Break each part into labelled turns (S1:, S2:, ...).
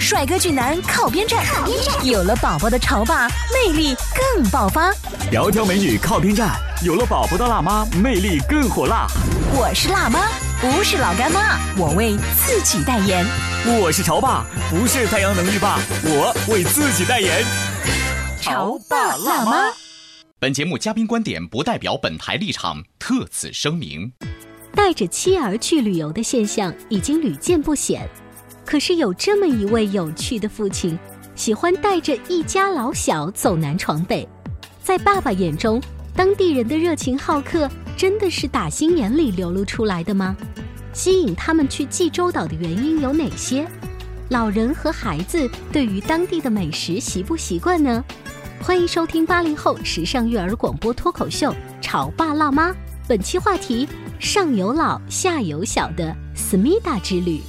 S1: 帅哥俊男靠边站，靠边站。有了宝宝的潮爸魅力更爆发。
S2: 窈窕美女靠边站，有了宝宝的辣妈魅力更火辣。
S1: 我是辣妈，不是老干妈，我为自己代言。
S2: 我是潮爸，不是太阳能浴霸，我为自己代言。
S1: 潮爸辣妈。
S3: 本节目嘉宾观点不代表本台立场，特此声明。
S1: 带着妻儿去旅游的现象已经屡见不鲜，可是有这么一位有趣的父亲，喜欢带着一家老小走南闯北。在爸爸眼中，当地人的热情好客真的是打心眼里流露出来的吗？吸引他们去济州岛的原因有哪些？老人和孩子对于当地的美食习不习惯呢？欢迎收听八零后时尚育儿广播脱口秀《潮爸辣妈》，本期话题：上有老下有小的思密达之旅。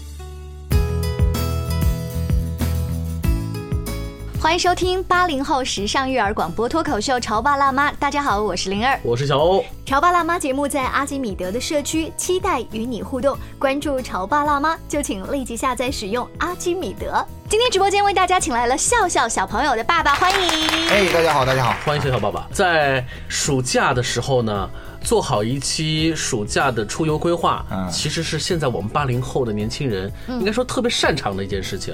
S4: 欢迎收听八零后时尚育儿广播脱口秀《潮爸辣妈》，大家好，我是灵儿。
S5: 我是小欧，
S4: 潮爸辣妈节目在阿基米德的社区，期待与你互动。关注潮爸辣妈就请立即下载使用阿基米德。今天直播间为大家请来了笑笑小朋友的爸爸，欢迎。
S6: 哎，大家好，大家好。
S5: 欢迎小小爸爸。在暑假的时候呢，做好一期暑假的出游规划，
S6: 嗯
S5: 其实是现在我们八零后的年轻人、
S4: 嗯
S5: 应该说特别擅长的一件事情。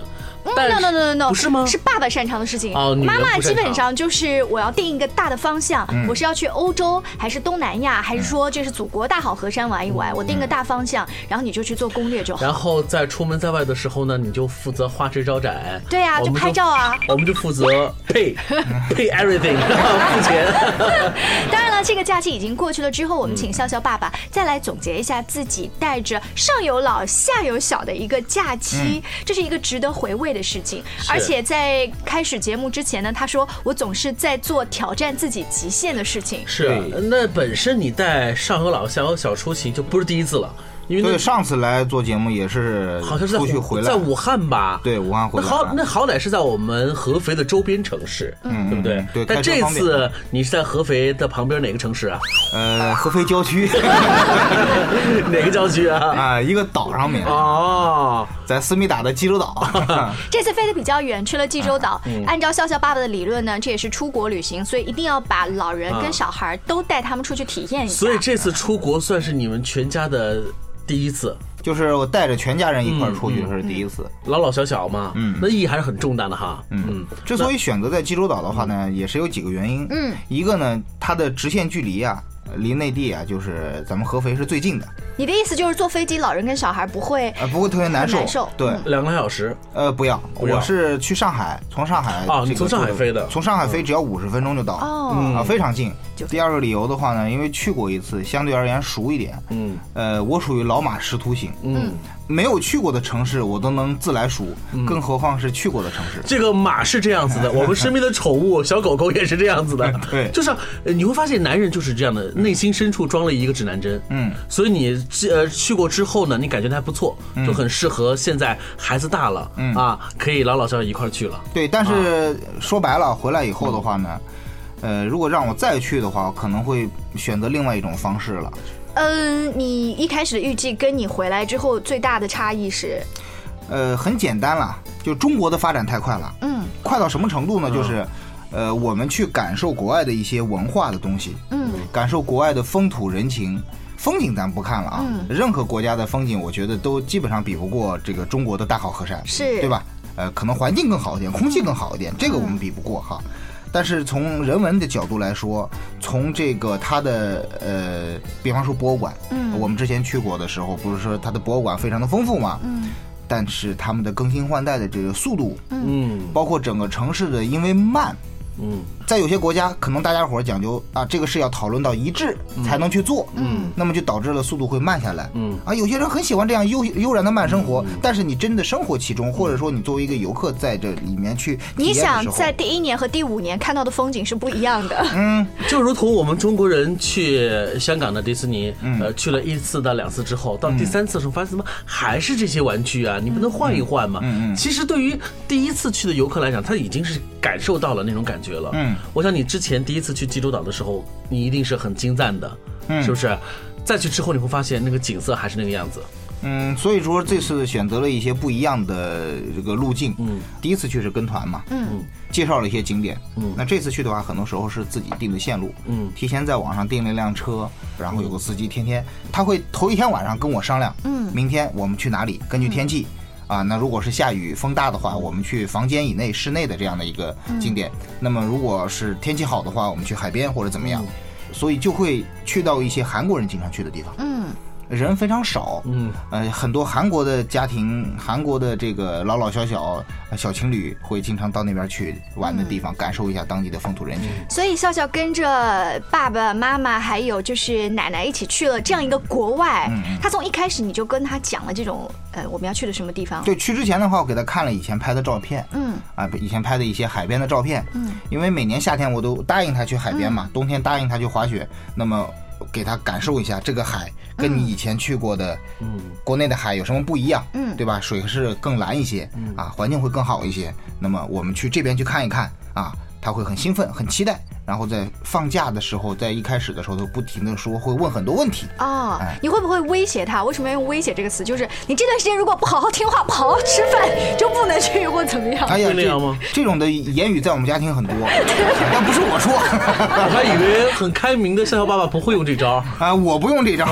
S5: 但
S4: No no no no no，
S5: 不是吗？
S4: 嗯是爸爸擅长的事情。
S5: 哦女人
S4: 妈妈
S5: 不
S4: 基
S5: 擅长嗯
S4: 本上就是我要定一个大的方向，我是要去欧洲，还是东南亚，还是说这是祖国大好河山玩一玩？我定个大方向，然后你就去做攻略就好。
S5: 嗯然后在出门在外的时候呢，你就负责花枝招展。
S4: 对呀、
S5: 我
S4: 就
S5: 们
S4: 拍照啊。
S5: 我们就负责 pay pay everything 付 钱。
S4: 当然了，这个假期已经过去了之后，我们请笑笑爸爸再来总结一下自己带着上有老下有小的一个假期，
S5: 嗯
S4: 这是一个值得回味的事情。而且在开始节目之前呢，他说我总是在做挑战自己极限的事情。
S5: 是，啊那本身你带上有老下有小出行就不是第一次了，因为那
S6: 对，上次来做节目也是，
S5: 好像是在
S6: 出去
S5: 武
S6: 回来，
S5: 在武汉吧？
S6: 对武汉回来
S5: 那好
S6: 了，
S5: 那好歹是在我们合肥的周边城市，嗯，对不对
S6: 啊嗯？对
S5: 但
S6: 开车
S5: 这
S6: 方便
S5: 次你是在合肥的旁边哪个城市 啊？
S6: 呃，合肥郊区
S5: 哪个郊区啊？
S6: 啊，一个岛上面，
S5: 哦，
S6: 在思密达的济州岛。
S4: 这次飞得比较远，去了济州
S5: 啊
S4: 岛。
S5: 嗯
S4: 按照笑笑爸爸的理论呢，这也是出国旅行，所以一定要把老人跟小孩都带他们出去体验一下。
S5: 所以这次出国算是你们全家的第一次，
S6: 就是我带着全家人一块儿出
S4: 嗯
S6: 去是第一次。
S5: 老老小小嘛，嗯，那意义还是很重大的哈，嗯，
S6: 之所以选择在济州岛的话呢，也是有几个原因。
S4: 嗯，
S6: 一个呢，它的直线距离啊，离内地啊，就是咱们合肥是最近的，
S4: 你的意思就是坐飞机，老人跟小孩不会
S6: 呃，不会特别难受。
S4: 难受
S6: 对
S4: 嗯，
S5: 两个来小时，
S6: 呃，不要，
S5: 不要
S6: 我是去上海，从上海
S5: 哦你
S6: 这
S5: 从
S6: 个
S5: 上海
S6: 坐
S5: 飞的嗯
S6: 从上海飞只要五十分钟就到，
S4: 哦
S6: 啊，非常近
S4: 就。
S6: 第二个理由的话呢，因为去过一次，相对而言熟一点。
S5: 嗯
S6: 呃，我属于老马识途型，
S5: 嗯，
S6: 没有去过的城市我都能自来熟，更何况是去过的城市。
S5: 这个马是这样子的，我们身边的宠物小狗狗也是这样子的，
S6: 对
S5: 就是呃你会发现男人就是这样的，内心深处装了一个指南针，
S6: 嗯，
S5: 所以你这呃去过之后呢，你感觉它还不错，就很适合现在孩子大了，嗯啊，可以老老少少一块儿去了。
S6: 对，但是
S5: 啊
S6: 说白了，回来以后的话呢，呃，如果让我再去的话，我可能会选择另外一种方式了。
S4: 嗯，你一开始的预计跟你回来之后最大的差异是，
S6: 呃，很简单了，就中国的发展太快了，
S4: 嗯，
S6: 快到什么程度呢？就是，呃，我们去感受国外的一些文化的东西，
S4: 嗯，
S6: 感受国外的风土人情。风景咱不看了啊，任何国家的风景，我觉得都基本上比不过这个中国的大好河山，
S4: 是
S6: 对吧？呃，可能环境更好一点，空气更好一点，这个我们比不过哈。但是从人文的角度来说，从这个它的呃，比方说博物馆，嗯，我们之前去过的时候，不是说它的博物馆非常的丰富嘛，嗯，但是他们的更新换代的这个速度，
S5: 嗯，
S6: 包括整个城市的因为慢，
S5: 嗯，
S6: 在有些国家，可能大家伙儿讲究啊，这个事要讨论到一致才能去做，嗯，那么就导致了速度会慢下来，
S5: 嗯
S6: 啊，有些人很喜欢这样悠悠然的慢生活，但是你真的生活其中，或者说你作为一个游客在这里面去体
S4: 你
S6: 验的
S4: 想
S6: 时候嗯
S4: 在第一年和第五年看到的风景是不一样的，
S5: 就如同我们中国人去香港的迪士尼，
S6: 嗯
S5: 呃，去了一次到两次之后，到第三次的时候发现怎么还是这些玩具啊？你不能换一换
S6: 嗯
S5: 吗？其实对于第一次去的游客来讲，他已经是感受到了那种感觉了。
S6: 嗯，
S5: 我想你之前第一次去济州岛的时候，你一定是很惊赞的，
S6: 嗯
S5: 是不是？再去之后，你会发现那个景色还是那个 样子。
S6: 嗯，所以说这次选择了一些不一样的这个路径。
S5: 嗯，
S6: 第一次去是跟团嘛，
S4: 嗯，
S6: 介绍了一些景点。
S5: 嗯
S6: 那这次去的话，很多时候是自己定的线路。
S5: 嗯
S6: 提前在网上订了一辆车，然后有个司机天天他会头一天晚上跟我商量，
S4: 嗯
S6: 明天我们去哪里，根据天气。啊，那如果是下雨风大的话，我们去房间以内、室内的这样的一个
S4: 嗯
S6: 景点；那么如果是天气好的话，我们去海边或者怎么样。
S5: 嗯
S6: 所以就会去到一些韩国人经常去的地方，
S4: 嗯，
S6: 人非常少。
S5: 嗯，
S6: 呃，很多韩国的家庭，韩国的这个老老小小呃小情侣会经常到那边去玩的地方，感受一下当地的风土人情。
S4: 所以笑笑跟着爸爸妈妈还有就是奶奶一起去了这样一个国外，
S6: 嗯
S4: 他从一开始你就跟他讲了这种呃我们要去的什么地方，
S6: 对，去之前的话，我给他看了以前拍的照片，
S4: 嗯
S6: 啊，不以前拍的一些海边的照片，嗯，因为每年夏天我都答应他去海边嘛，冬天答应他去滑雪，那么给他感受一下这个海跟你以前去过的，嗯，国内的海有什么不一样，
S4: 嗯
S6: 对吧？水是更蓝一些，
S5: 嗯
S6: 啊，环境会更好一些，那么我们去这边去看一看啊。他会很兴奋，很期待，然后在放假的时候，在一开始的时候，都不停的说，会问很多问题，
S4: 哦
S6: 哎，
S4: 你会不会威胁他？为什么要用威胁这个词？就是你这段时间如果不好好听话、不好好吃饭，就不能去或怎么样？
S6: 哎呀，
S5: 会那
S6: 这
S5: 样吗
S6: 这种的言语在我们家庭很多，但不是我说
S5: 我还以为很开明的笑笑爸爸不会用这招，
S6: 啊，我不用这招，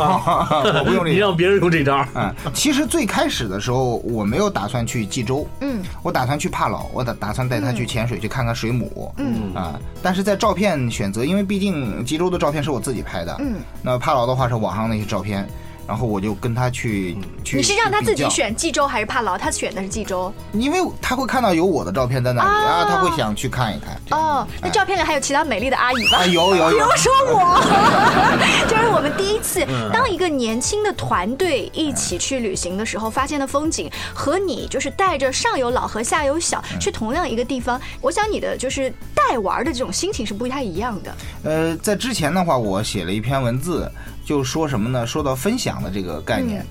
S6: 我不用
S5: 啊 你
S6: 这招
S5: 让。别人用这招。
S6: 嗯，其实最开始的时候，我没有打算去济州，
S4: 嗯，
S6: 我打算去帕劳，我打打算带他去潜水，去看看水母，嗯啊，但是在照片选择，因为毕竟济州的照片是我自己拍的，嗯，那帕劳的话是网上那些照片，然后我就跟他去 去，
S4: 你是让他自己
S6: 去比较
S4: 选济州还是帕劳？他选的是济州
S6: 因为他会看到有我的照片在那里
S4: 啊
S6: 啊，他会想去看一看，这样
S4: 哦。那照片里还有其他美丽的阿姨吧？
S6: 啊有有
S4: 比
S6: 有
S4: 如，说 我，就是我们第一次
S6: 嗯
S4: 当一个年轻的团队一起去旅行的时候，发现的风景和你就是带着上有老和下有小
S6: 嗯
S4: 去同样一个地方，我想你的就是带玩的这种心情是不太一样的。
S6: 呃，在之前的话，我写了一篇文字，就说什么呢？说到分享的这个概念，
S4: 嗯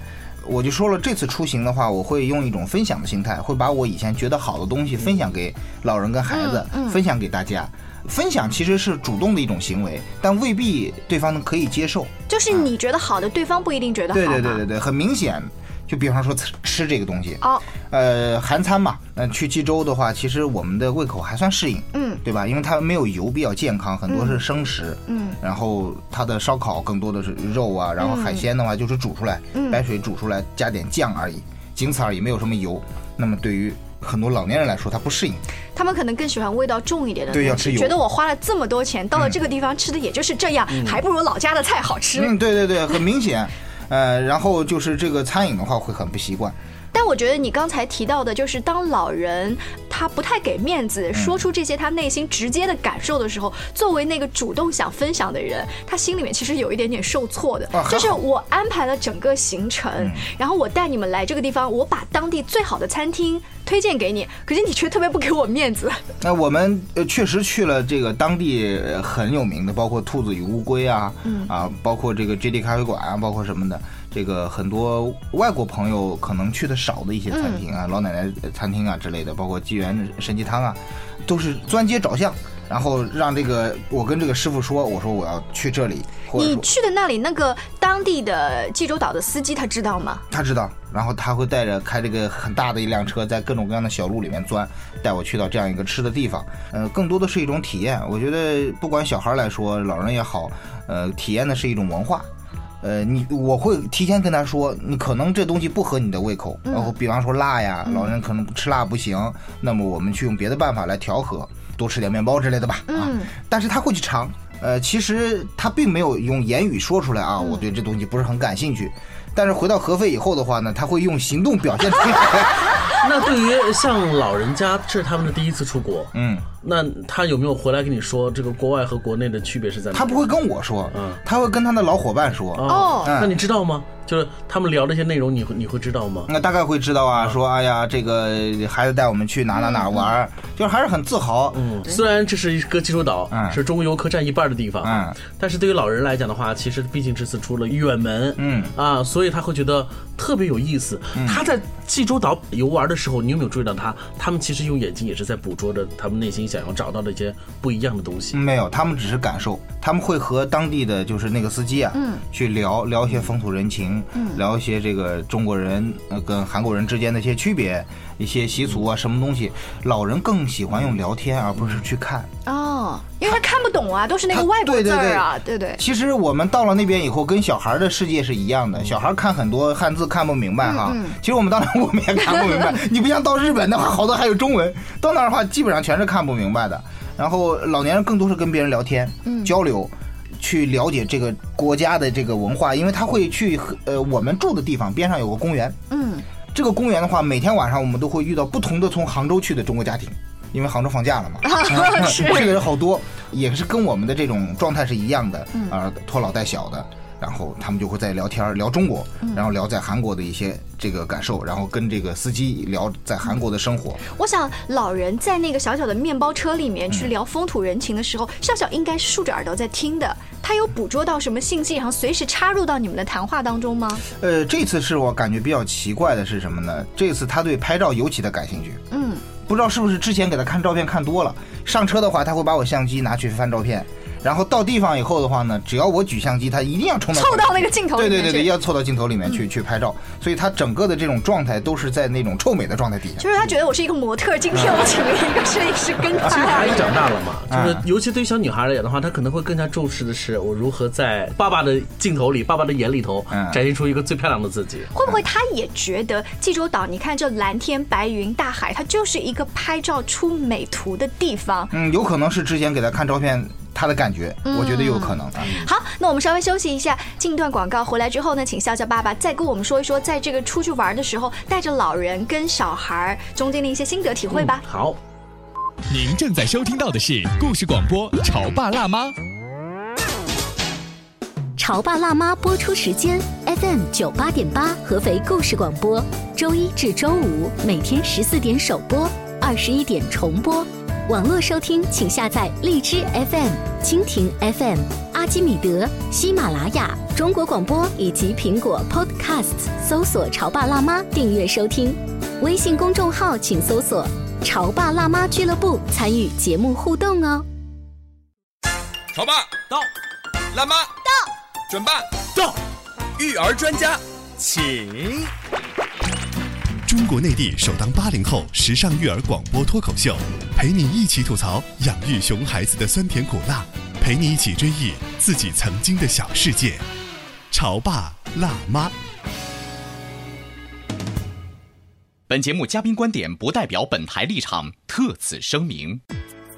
S6: 我就说了，这次出行的话，我会用一种分享的心态，会把我以前觉得好的东西分享给老人跟孩子，
S4: 嗯
S6: 分享给大家。分享其实是主动的一种行为，但未必对方可以接受。
S4: 就是你觉得好的，对方不一定觉得好
S6: 对
S4: 嘛。
S6: 嗯对对对对，很明显。就比方说吃吃这个东西，
S4: 哦，
S6: 呃，韩餐嘛，嗯、去济州的话，其实我们的胃口还算适应，
S4: 嗯
S6: 对吧？因为它没有油，比较健康，很多是生食，
S4: 嗯，
S6: 然后它的烧烤更多的是肉啊，然后海鲜的话就是煮出来，
S4: 嗯
S6: 白水煮出来加点酱而已，仅此而已，没有什么油。那么对于很多老年人来说，他不适应，
S4: 他们可能更喜欢味道重一点的东
S6: 对
S4: 西，
S6: 要吃油
S4: 觉得我花了这么多钱，到了这个地方吃的也就是这样，还不如老家的菜好吃。
S6: 嗯，对对对，很明显，呃，然后就是这个餐饮的话会很不习惯，
S4: 但我觉得你刚才提到的，就是当老人他不太给面子，说出这些他内心直接的感受的时候，作为那个主动想分享的人，他心里面其实有一点点受挫的
S6: 啊还好。
S4: 就是我安排了整个行程，然后我带你们来这个地方，我把当地最好的餐厅推荐给你，可是你却特别不给我面子。
S6: 那我们呃确实去了这个当地呃很有名的，包括兔子与乌龟啊，啊，包括这个 JD 咖啡馆啊，包括什么的，这个很多外国朋友可能去的少的一些餐厅啊，老奶奶餐厅啊之类的，包括纪元参鸡汤啊，都是钻街找巷，然后让这个我跟这个师傅说，我说我要去这里，或者
S4: 你
S6: 说
S4: 去的那里，那个当地的济州岛的司机他知道吗？
S6: 他知道，然后他会带着开这个很大的一辆车，在各种各样的小路里面钻，带我去到这样一个吃的地方。呃，更多的是一种体验。我觉得不管小孩来说，老人也好，呃，体验的是一种文化。呃，你我会提前跟他说，你可能这东西不合你的胃口，然后比方说辣呀，老人可能吃辣不行，那么我们去用别的办法来调和，多吃点面包之类的吧。啊，但是他会去尝。呃，其实他并没有用言语说出来啊，我对这东西不是很感兴趣。但是回到合肥以后的话呢，他会用行动表现出来。
S5: 那对于像老人家，这是他们的第一次出国，
S6: 嗯，
S5: 那他有没有回来跟你说这个国外和国内的区别是在哪？
S6: 他不会跟我说
S5: 嗯，
S6: 他会跟他的老伙伴说，
S5: 哦，
S6: 嗯
S5: 那你知道吗？就是他们聊这些内容，你会你会知道吗？
S6: 那大概会知道
S5: 嗯
S6: 啊，说哎呀，这个孩子带我们去哪哪哪玩儿，就是还是很自豪。
S5: 嗯，虽然这是一个济州岛，
S6: 嗯
S5: 是中国游客占一半的地方，
S6: 嗯
S5: 但是对于老人来讲的话，其实毕竟这次出了远门，
S6: 嗯
S5: 啊，所以他会觉得特别有意思。他在济州岛游玩的时候，你有没有注意到他？他们其实用眼睛也是在捕捉着他们内心想要找到的一些不一样的东西。
S6: 没有，他们只是感受，他们会和当地的就是那个司机啊，
S4: 嗯
S6: 去聊聊一些风土人情，聊一些这个中国人呃跟韩国人之间的一些区别，一些习俗
S5: 嗯
S6: 啊，什么东西。老人更喜欢用聊天，而不是去看。
S4: 哦，因为他看不懂啊，都是那个
S6: 他
S4: 外国
S6: 对
S4: 字
S6: 对
S4: 儿啊，对对，
S6: 其实我们到了那边以后，跟小孩的世界是一样的。小孩看很多汉字看不明白哈，其实我们当然我们也看不明白。你不像到日本的话，好多还有中文，到那儿的话基本上全是看不明白的。然后老年人更多是跟别人聊天、交流。去了解这个国家的这个文化，因为他会去和呃我们住的地方边上有个公园，
S4: 嗯，
S6: 这个公园的话，每天晚上我们都会遇到不同的从杭州去的中国家庭，因为杭州放假了嘛，去的人好多，也是跟我们的这种状态是一样的，啊，拖老带小的。然后他们就会在聊天儿聊中国，然后聊在韩国的一些这个感受，然后跟这个司机聊在韩国的生活。
S4: 我想老人在那个小小的面包车里面去聊风土人情的时候，笑笑应该是竖着耳朵在听的，他有捕捉到什么信息，然后随时插入到你们的谈话当中吗？
S6: 呃，这次是我感觉比较奇怪的是什么呢？这次他对拍照尤其的感兴趣，
S4: 嗯，
S6: 不知道是不是之前给他看照片看多了，上车的话他会把我相机拿去翻照片，然后到地方以后的话呢，只要我举相机，他一定要冲到
S4: 凑到那个镜头里
S6: 对
S4: 面
S6: 对
S4: 去。嗯
S6: 对对，要凑到镜头里面去、去拍照，所以他整个的这种状态都是在那种臭美的状态底下。
S4: 就是他觉得我是一个模特，今天我请了一个摄影师跟
S5: 其实
S4: 他
S5: 孩子
S4: 来。
S5: 长大了嘛，
S6: 嗯
S5: 就是尤其对于小女孩来讲的话，她可能会更加重视的是我如何在爸爸的镜头里、爸爸的眼里头
S6: 嗯
S5: 展现出一个最漂亮的自己。
S4: 会不会他也觉得济州岛？你看这蓝天白云、大海，它就是一个拍照出美图的地方。
S6: 嗯，有可能是之前给他看照片他的感觉，
S4: 嗯
S6: 我觉得有可能啊。
S4: 好，那我们稍微休息一下，进一段广告。回来之后呢，请笑笑爸爸再跟我们说一说，在这个出去玩的时候，带着老人跟小孩儿中间的一些心得体会吧。
S5: 好，
S7: 您正在收听到的是故事广播《潮爸辣妈》。
S1: 《潮爸辣妈》播出时间：FM 九八点八，合肥故事广播，周一至周五每天十四点首播，二十一点重播。网络收听，请下载荔枝 FM、蜻蜓 FM、阿基米德、喜马拉雅、中国广播以及苹果 Podcasts，搜索“潮爸辣妈”订阅收听。微信公众号请搜索“潮爸辣妈俱乐部”，参与节目互动哦。
S8: 潮爸到，辣妈到，准爸到，育儿专家，请。
S7: 中国内地首档八零后时尚育儿广播脱口秀，陪你一起吐槽养育熊孩子的酸甜苦辣，陪你一起追忆自己曾经的小世界。潮爸辣妈。
S3: 本节目嘉宾观点不代表本台立场，特此声明。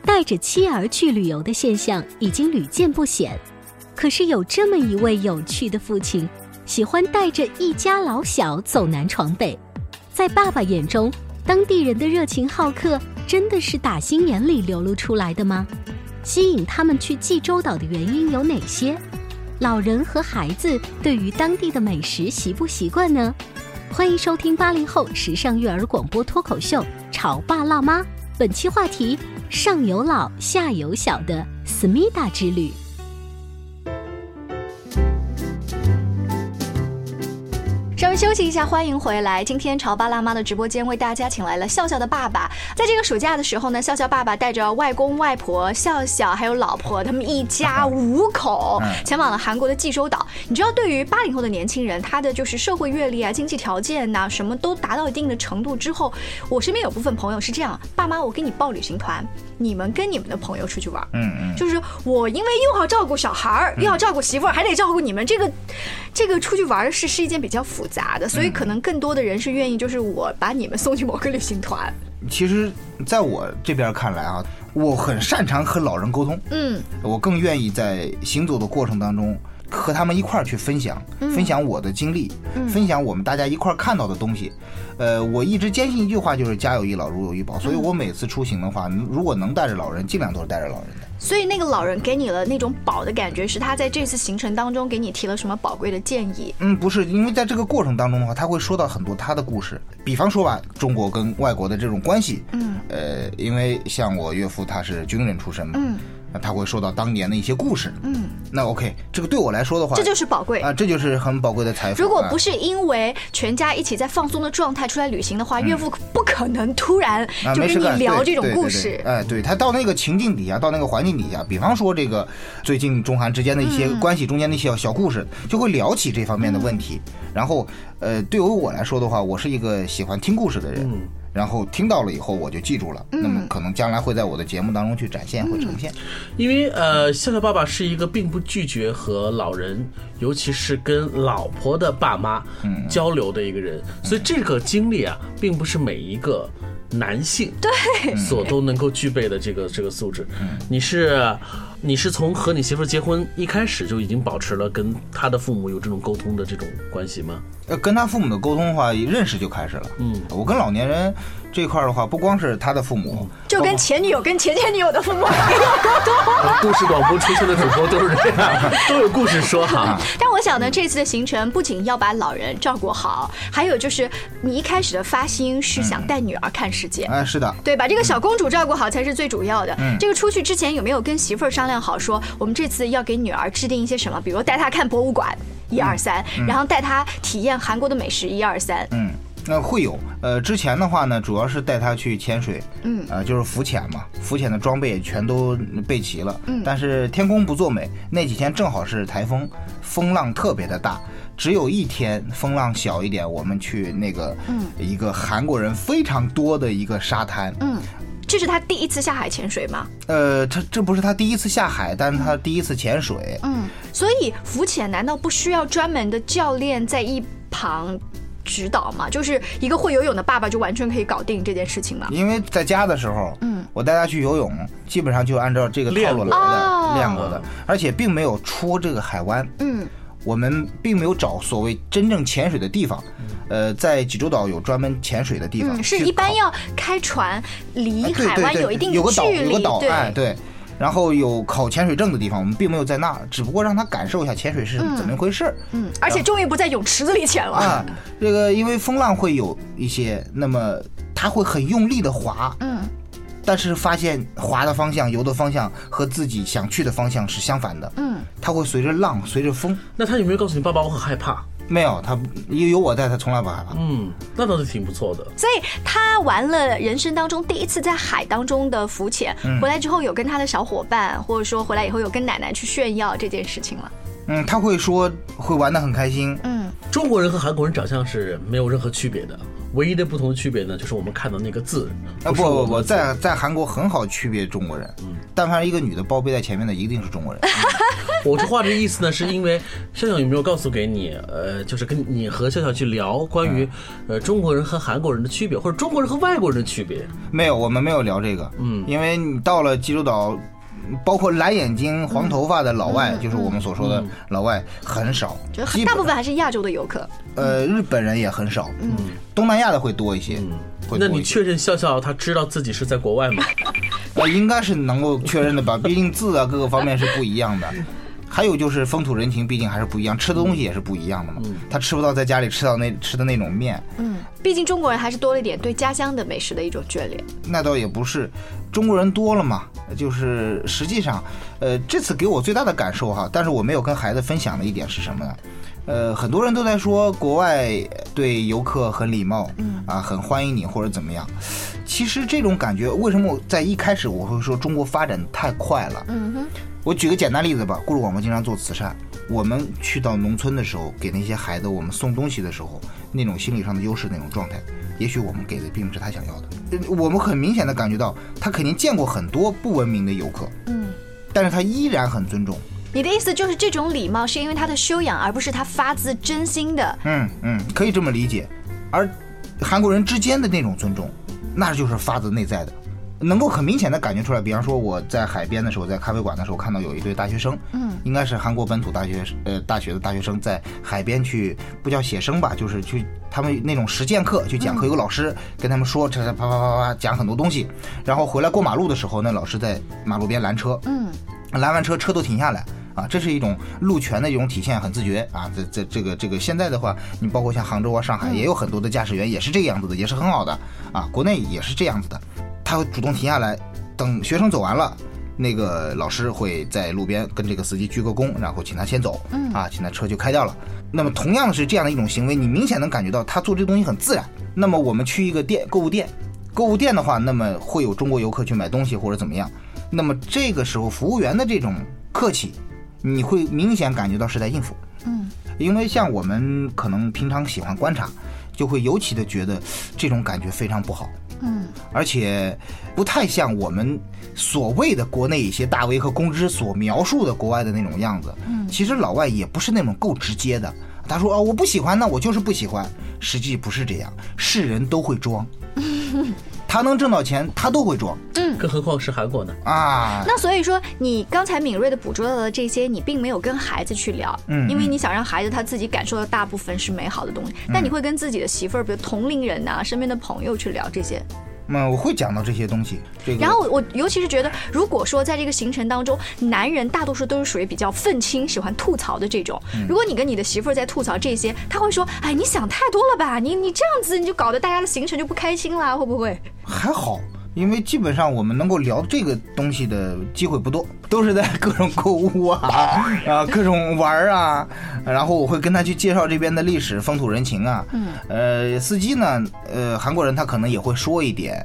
S1: 带着妻儿去旅游的现象已经屡见不鲜。可是有这么一位有趣的父亲，喜欢带着一家老小走南闯北。在爸爸眼中，当地人的热情好客真的是打心眼里流露出来的吗？吸引他们去济州岛的原因有哪些？老人和孩子对于当地的美食习不习惯呢？欢迎收听八零后时尚育儿广播脱口秀《潮爸辣妈》。本期话题：上有老下有小的思密达之旅。
S4: 稍微休息一下，欢迎回来。今天潮爸辣妈的直播间为大家请来了笑笑的爸爸。在这个暑假的时候呢，笑笑爸爸带着外公外婆、笑笑还有老婆，他们一家五口
S6: 嗯
S4: 前往了韩国的济州岛。你知道，对于八零后的年轻人，他的就是社会阅历啊、经济条件呐、什么都达到一定的程度之后，我身边有部分朋友是这样：爸妈，我给你报旅行团，你们跟你们的朋友出去玩儿。
S6: 嗯嗯，
S4: 就是我因为又要照顾小孩儿，又要照顾媳妇儿，还得照顾你们，这个这个出去玩儿是是一件比较复杂的，所
S6: 嗯
S4: 以可能更多的人是愿意就是我把你们送去某个旅行团，
S6: 其实在我这边看来啊，我很擅长和老人沟通，
S4: 嗯，
S6: 我更愿意在行走的过程当中。和他们一块儿去分享，
S4: 嗯
S6: 分享我的经历，分享我们大家一块儿看到的东西。呃，我一直坚信一句话，就是家有一老，如有一宝。
S4: 嗯
S6: 所以我每次出行的话，如果能带着老人，尽量都是带着老人的。
S4: 所以那个老人给你了那种宝的感觉，是他在这次行程当中给你提了什么宝贵的建议？
S6: 嗯，不是，因为在这个过程当中的话，他会说到很多他的故事，比方说吧，中国跟外国的这种关系，嗯，呃，因为像我岳父他是军人出身嘛，
S4: 嗯，
S6: 那他会说到当年的一些故事，
S4: 嗯，
S6: 那 OK，这个对我来说的话，
S4: 这就是宝贵。
S6: 啊，这就是很宝贵的财富。啊
S4: 如果不
S6: 是、
S4: 是因为全家一起在放松的状态出来旅行的话，岳父不可能突然
S6: 嗯啊、
S4: 就
S6: 没
S4: 跟
S6: 事
S4: 你
S6: 干
S4: 聊
S6: 对
S4: 这种
S6: 对对
S4: 故
S6: 对
S4: 事。
S6: 哎，对他到那个情境底下，到那个环境底下，比方说这个最近中韩之间的一
S4: 嗯
S6: 些关系中间的一些小小故事，就会聊起这方面的问题。然后，呃，对于我来说的话，我是一个喜欢听故事的人。然后听到了以后，我就记住了。那
S4: 嗯
S6: 么可能将来会在我的节目当中去展现，会呈现。
S5: 因为呃，笑笑爸爸是一个并不拒绝和老人，尤其是跟老婆的爸妈交流的一个人，所以这个经历啊，并不是每一个男性对所都能够具备的这个这个素质。你是你是从和你媳妇儿结婚一开始就已经保持了跟她的父母有这种沟通的这种关系吗？
S6: 呃，跟他父母的沟通的话，一认识就开始了。嗯，我跟老年人这块儿的话，不光是他的父母，
S4: 就跟前女友跟前前女友的父母 没有沟通。
S5: 啊故事广播出现的主播都是这样， 都有故事说哈。
S4: 但我想呢，这次的行程不仅要把老人照顾好，还有就是你一开始的发心是想带女儿看世界。
S6: 哎，是的，
S4: 对，把这个小公主照顾好才是最主要的。这个出去之前有没有跟媳妇儿商量好说，我们这次要给女儿制定一些什么？比如带她看博物馆，一二三，然后带她体验韩国的美食，一二三。
S6: 嗯，那、会有。呃，之前的话呢，主要是带他去潜水，嗯，呃，就是浮潜嘛，浮潜的装备全都备齐了。嗯，但是天公不作美，那几天正好是台风，风浪特别的大。只有一天风浪小一点，我们去那个，嗯，一个韩国人非常多的一个沙滩，嗯，
S4: 这是她第一次下海潜水吗？
S6: 呃，他这不是他第一次下海，但是他第一次潜水，
S4: 嗯，所以浮潜难道不需要专门的教练在一旁指导吗？就是一个会游泳的爸爸就完全可以搞定这件事情吗？
S6: 因为在家的时候，嗯，我带他去游泳，基本上就按照这个套路
S5: 练
S6: 来的，
S4: 哦
S6: 练过的，而且并没有出这个海湾，
S4: 嗯，
S6: 我们并没有找所谓真正潜水的地方，呃，在济州岛有专门潜水的地方，
S4: 嗯，是
S6: 啊去
S4: 一般
S6: 考
S4: 要开船离
S6: 啊对
S4: 海
S6: 对
S4: 湾
S6: 对
S4: 有一定
S6: 有
S4: 的
S6: 个
S4: 距
S6: 岛有个
S4: 离，
S6: 岛哎
S4: 对，
S6: 对。然后有考潜水证的地方，我们并没有在那儿，只不过让他感受一下潜水是怎么一回事儿。
S4: 嗯，而且终于不在泳池子里潜了。
S6: 啊，这个因为风浪会有一些，那么它会很用力的滑，
S4: 嗯，
S6: 但是发现滑的方向、游的方向和自己想去的方向是相反的，
S4: 嗯，
S6: 它会随着浪、随着风。
S5: 那他有没有告诉你爸爸我很害怕？
S6: 没有，他有有我在，他从来不害怕。
S5: 嗯，那倒是挺不错的。
S4: 所以他玩了人生当中第一次在海当中的浮潜，
S6: 嗯
S4: 回来之后有跟他的小伙伴，或者说回来以后有跟奶奶去炫耀这件事情了。
S6: 嗯，他会说会玩的很开心，
S4: 嗯，
S5: 中国人和韩国人长相是没有任何区别的，唯一的不同的区别呢，就是我们看到那个字
S6: 啊不
S5: 是我嗯
S6: 不
S5: 们
S6: 不，
S5: 的字
S6: 在在韩国很好区别中国人，但凡一个女的包背在前面的，一定是中国人。
S5: 嗯我这话的意思呢，是因为笑笑有没有告诉给你，呃，就是跟你和笑笑去聊关
S4: 啊
S5: 于、呃中国人和韩国人的区别，或者中国人和外国人的区别？
S6: 没有，我们没有聊这个，
S5: 嗯
S6: 因为你到了济州岛，包括蓝眼睛、黄头发的老外，就是我们所说的
S5: 嗯
S6: 老外，很少，
S4: 嗯就
S6: 基
S4: 大
S6: 本
S4: 部分还是亚洲的游客。
S6: 呃日本人也很少，嗯，东南亚的会多一些，会
S5: 嗯那
S6: 多
S5: 你
S6: 一些，
S5: 确认笑笑他知道自己是在国外吗？
S6: 呃，应该是能够确认的吧， 毕竟字啊各个方面是不一样的。还有就是风土人情，毕竟还是不一样，吃的东西也是不一样的嘛。他吃不到在家里吃到那吃的那种面，
S4: 嗯，毕竟中国人还是多了一点对家乡的美食的一种眷恋。
S6: 那倒也不是，中国人多了嘛，就是实际上，呃，这次给我最大的感受哈，但是我没有跟孩子分享的一点是什么呢？呃，很多人都在说国外对游客很礼貌，啊，很欢迎你或者怎么样。其实这种感觉，为什么我在一开始我会说中国发展得太快了？
S4: 嗯哼，
S6: 我举个简单例子吧，故事广播经常做慈善，我们去到农村的时候，给那些孩子我们送东西的时候，那种心理上的优势那种状态，也许我们给的并不是他想要的。呃我们很明显的感觉到，他肯定见过很多不文明的游客，
S4: 嗯，
S6: 但是他依然很尊重。
S4: 你的意思就是这种礼貌是因为他的修养，而不是他发自真心的。
S6: 嗯嗯，可以这么理解。而韩国人之间的那种尊重，那就是发自内在的。能够很明显的感觉出来，比方说我在海边的时候，在咖啡馆的时候看到有一堆大学生，嗯，应该是韩国本土大学呃大学的大学生在海边去不叫写生吧，就是去他们那种实践课去讲课，有个老师跟他们说，这这啪啪啪啪讲很多东西，然后回来过马路的时候，那老师在马路边拦车，
S4: 嗯，
S6: 拦完啊车车都停下来。啊，这是一种路权的一种体现，很自觉啊。这这这个这个，现在的话，你包括像杭州啊、上海，也有很多的驾驶员也是这个样子的，也是很好的啊。国内也是这样子的，他会主动停下来，等学生走完了。那个老师会在路边跟这个司机鞠个躬，然后请他先走，啊，请他车就开掉了。那么同样是这样的一种行为，你明显能感觉到他做这东西很自然。那么我们去一个店购物店，购物店的话，那么会有中国游客去买东西或者怎么样，那么这个时候服务员的这种客气，你会明显感觉到是在应付。
S4: 嗯，
S6: 因为像我们可能平常喜欢观察，就会尤其的觉得这种感觉非常不好。
S4: 嗯，
S6: 而且不太像我们所谓的国内一些大 V 和公知所描述的国外的那种样子。嗯，其实老外也不是那种够直接的。他说啊、我不喜欢，那我就是不喜欢。实际不是这样，是人都会 装。他能挣到钱，他都会装
S4: 嗯
S5: 更何况是韩国呢？
S6: 啊。
S4: 那所以说，你刚才敏锐的捕捉到的这些，你并没有跟孩子去聊，
S6: 嗯
S4: 因为你想让孩子他自己感受到大部分是美好的东西，但你会跟自己的媳妇儿，比如同龄人呐、身边的朋友去聊这些。
S6: 嗯，我会讲到这些东西。这个，
S4: 然后我我尤其是觉得，如果说在这个行程当中，男人大多数都是属于比较愤青，喜欢吐槽的这种。
S6: 嗯
S4: 如果你跟你的媳妇儿在吐槽这些，他会说：“哎，你想太多了吧？你你这样子你就搞得大家的行程就不开心啦，会不会
S6: 还好，因为基本上我们能够聊这个东西的机会不多，都是在各种购物啊，啊，各种玩儿啊，然后我会跟他去介绍这边的历史、风土人情啊。嗯，呃，司机呢，呃，韩国人他可能也会说一点。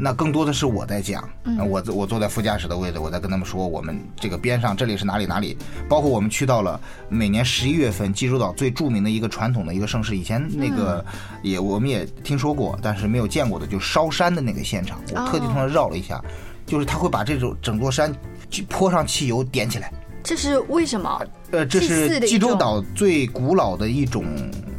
S6: 那更多的是我在讲，
S4: 嗯
S6: 我我坐在副驾驶的位置，我在跟他们说我们这个边上这里是哪里哪里，包括我们去到了每年十一月份济州岛最著名的一个传统的一个盛事，以前那个
S4: 嗯
S6: 也我们也听说过，但是没有见过的，就烧山的那个现场，我特地从
S4: 哦
S6: 那绕了一下，就是他会把这种整座山去泼上汽油点起来，？”
S4: 这是为什么？
S6: 呃，这
S4: 祭祀
S6: 是
S4: 的一
S6: 济州
S4: 种
S6: 岛最古老的一种，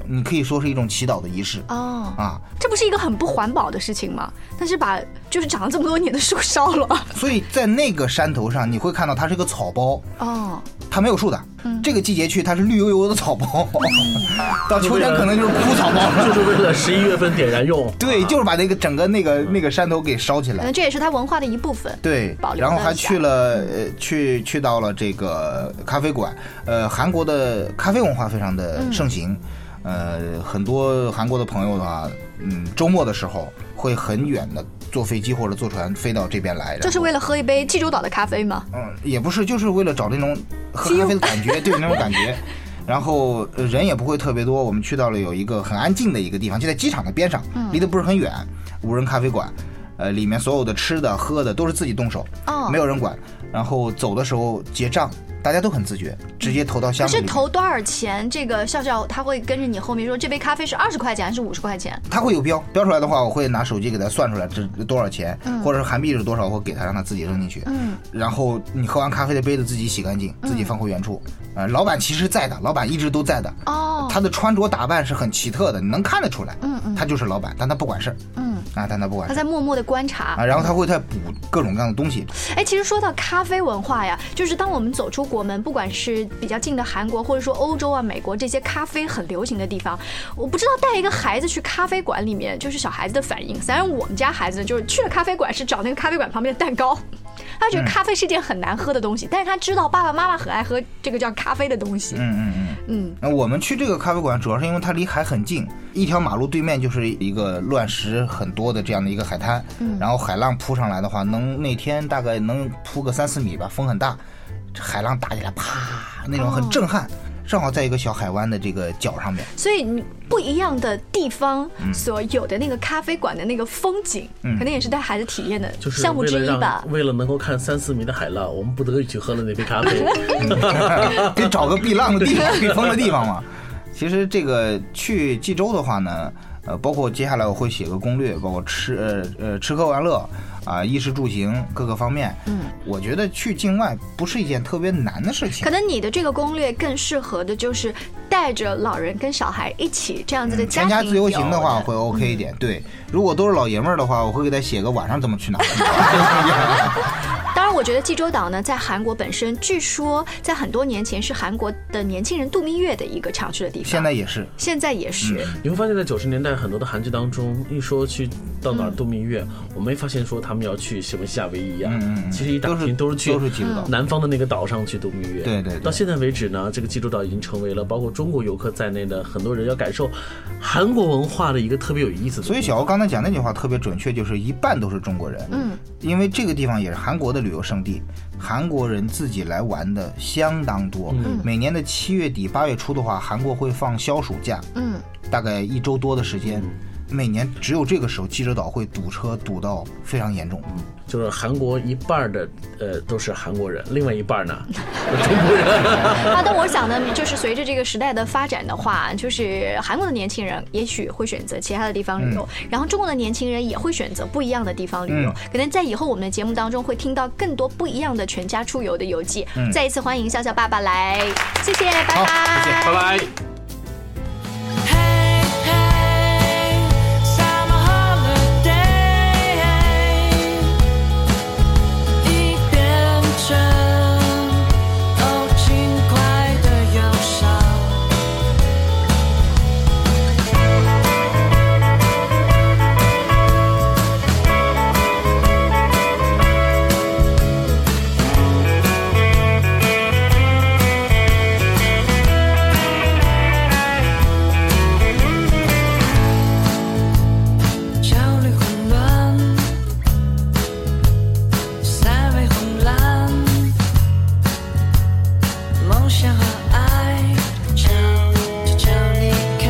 S6: 你可以说是一种祈祷的仪式
S4: 哦，
S6: 啊，
S4: 这不是一个很不环保的事情吗？但是把就是长了这么多年的树烧了。
S6: 所以在那个山头上，你会看到它是一个草包。
S4: 哦，
S6: 它没有树的，
S4: 嗯
S6: 这个季节去它是绿油油的草包， 到秋天可能就是枯草包
S5: 就
S6: 了。
S5: 是为了十一月份点燃用。
S6: 对，就是把那个整个那个那个山头给烧起
S4: 可
S6: 来
S4: 能。这也是它文化的一部分。
S6: 对
S4: 保，留嗯
S6: 然后
S4: 了
S6: 还
S4: 一下
S6: 去了呃去去到了这个咖啡馆，呃，韩国的咖啡文化非常的盛行，
S4: 嗯
S6: 呃，很多韩国的朋友的话，嗯，周末的时候会很远的坐飞机或者坐船飞到这边来，然后
S4: 就是为了喝一杯济州岛的咖啡吗？
S6: 嗯，也不是，就是为了找那种喝咖啡的感觉，对那种感 觉。然后呃人也不会特别多，我们去到了有一个很安静的一个地方，就在机场的边上，
S4: 嗯
S6: 离得不是很远，无人咖啡馆。呃，里面所有的吃的喝的都是自己动手，
S4: 哦
S6: 没有人管。然后走的时候结账，大家都很自觉，直接投到箱
S4: 可
S6: 子里
S4: 嗯是
S6: 面。
S4: 投多少钱？这个笑笑他会跟着你后面说，这杯咖啡是二十块钱还是五十块钱？
S6: 他会有标，标出来的话，我会拿手机给他算出来这这多少钱，或者是韩币是多少，我会给他让他自己扔进去。
S4: 嗯，
S6: 然后你喝完咖啡的杯子自己洗干净，自己放回原处。呃，老板其实在的，老板一直都在的。
S4: 哦
S6: 他的穿着打扮是很奇特的，你能看得出来。嗯嗯，他就是老板，但他不管事儿。
S4: 嗯，
S6: 啊，但他不管
S4: 他
S6: 事儿
S4: 在默默的观察
S6: 啊，。然后他会再补各种各样的东西。
S4: 哎，其实说到咖啡文化呀，就是当我们走出国门，不管是比较近的韩国，或者说欧洲啊、美国这些咖啡很流行的地方，我不知道带一个孩子去咖啡馆里面，就是小孩子的反应。反正我们家孩子呢，就是去了咖啡馆是找那个咖啡馆旁边的蛋糕，他觉得咖啡是一件很难喝的东西，但是他知道爸爸妈妈很爱喝这个叫咖啡的东西。
S6: 嗯嗯嗯。
S4: 嗯，
S6: 那我们去这个咖啡馆，主要是因为它离海很近，一条马路对面就是一个乱石很多的这样的一个海滩，然后海浪扑上来的话，能那天大概能扑个三四米吧，风很大，这海浪打起来，啪，那种很震撼。正好在一个小海湾的这个角上面，
S4: 所以你不一样的地方所有的那个咖啡馆的那个风景，可能也是带孩子体验的
S5: 就是
S4: 项目
S5: 为
S4: 之
S5: 了
S4: 一吧
S5: 让，。为了能够看三四米的海浪，我们不得已去喝了那杯咖啡。
S6: 得找个避浪的地方、避风的地方嘛。其实这个去济州的话呢，呃，包括接下来我会写个攻略，包括吃呃呃吃喝玩乐啊、啊，衣食住行各个方面，嗯，我觉得去境外不是一件特别难的事情
S4: 可。能你的这个攻略更适合的就是带着老人跟小孩一起这样子的家
S6: 全
S4: 庭
S6: 家嗯自由
S4: 游
S6: 行的话会 OK 一点，对。如果都是老爷们儿的话，我会给他写个晚上怎么去哪儿。
S4: 当然，我觉得济州岛呢，在韩国本身，据说在很多年前是韩国的年轻人度蜜月的一个常去的地方，
S6: 现在也是，
S4: 现在也是。
S5: 你会发现在九十年代很多的韩剧当中，一说去到哪儿度蜜月，我没发现说他们要去什么夏威夷啊，
S6: 嗯嗯嗯
S5: 其实一大
S6: 都是
S5: 群都是去
S6: 都是济州岛
S5: 南方的那个岛上去度蜜月。
S6: 对对对
S5: 到现在为止呢，这个济州岛已经成为了包括中国游客在内的很多人要感受韩国文化的一个特别有意思的地方。
S6: 所以小欧刚才讲那句话特别准确，就是一半都是中国人。嗯，因为这个地方也是韩国的旅游胜地，韩国人自己来玩的相当多。每年的七月底八月初的话，韩国会放消暑假，
S4: 嗯，
S6: 大概一周多的时间。每年只有这个时候，济州岛会堵车堵到非常严重。
S5: 就是韩国一半儿的呃都是韩国人，另外一半儿呢，
S4: 啊，但我想呢，就是随着这个时代的发展的话，就是韩国的年轻人也许会选择其他的地方旅游，然后中国的年轻人也会选择不一样的地方旅游。
S6: 嗯
S4: 可能在以后我们的节目当中会听到更多不一样的全家出游的游记。再一次欢迎笑笑爸爸来，谢谢，拜
S6: 嗯好
S4: 拜。
S6: 谢谢
S5: 拜拜。
S9: 已变成哦轻快的忧伤。焦虑混乱，三维混乱，梦想和爱，悄悄悄离开，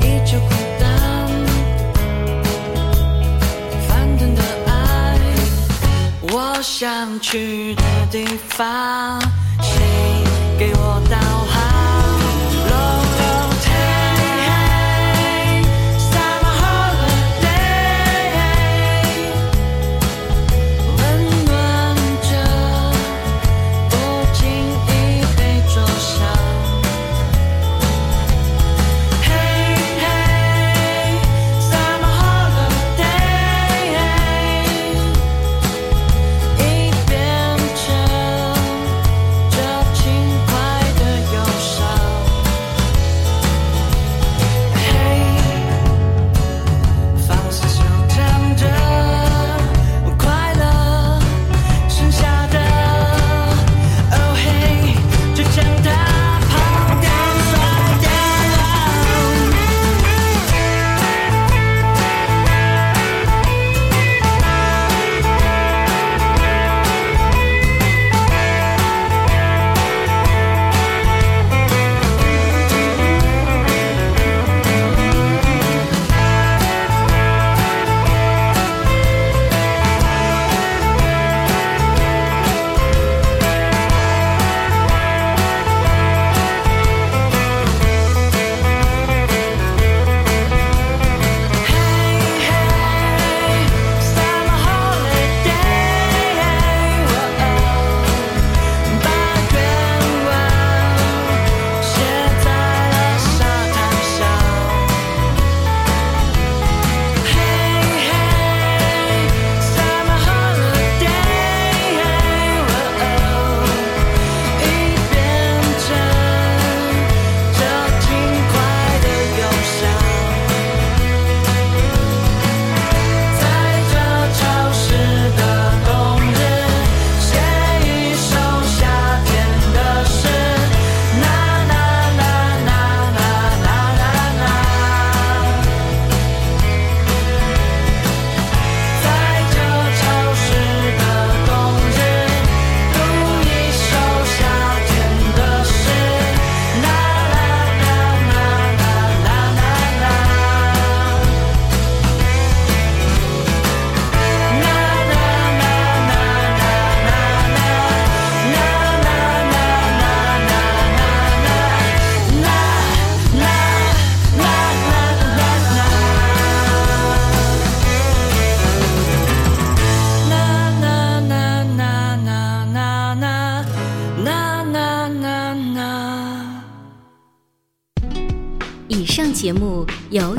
S9: 依旧孤单，翻腾的爱，我想去的地方，谁给我导航？Long, long time, summer holiday，温暖着不经意被灼伤。Hey hey, summer holiday，已变成这轻快的忧伤。
S1: 以上节目由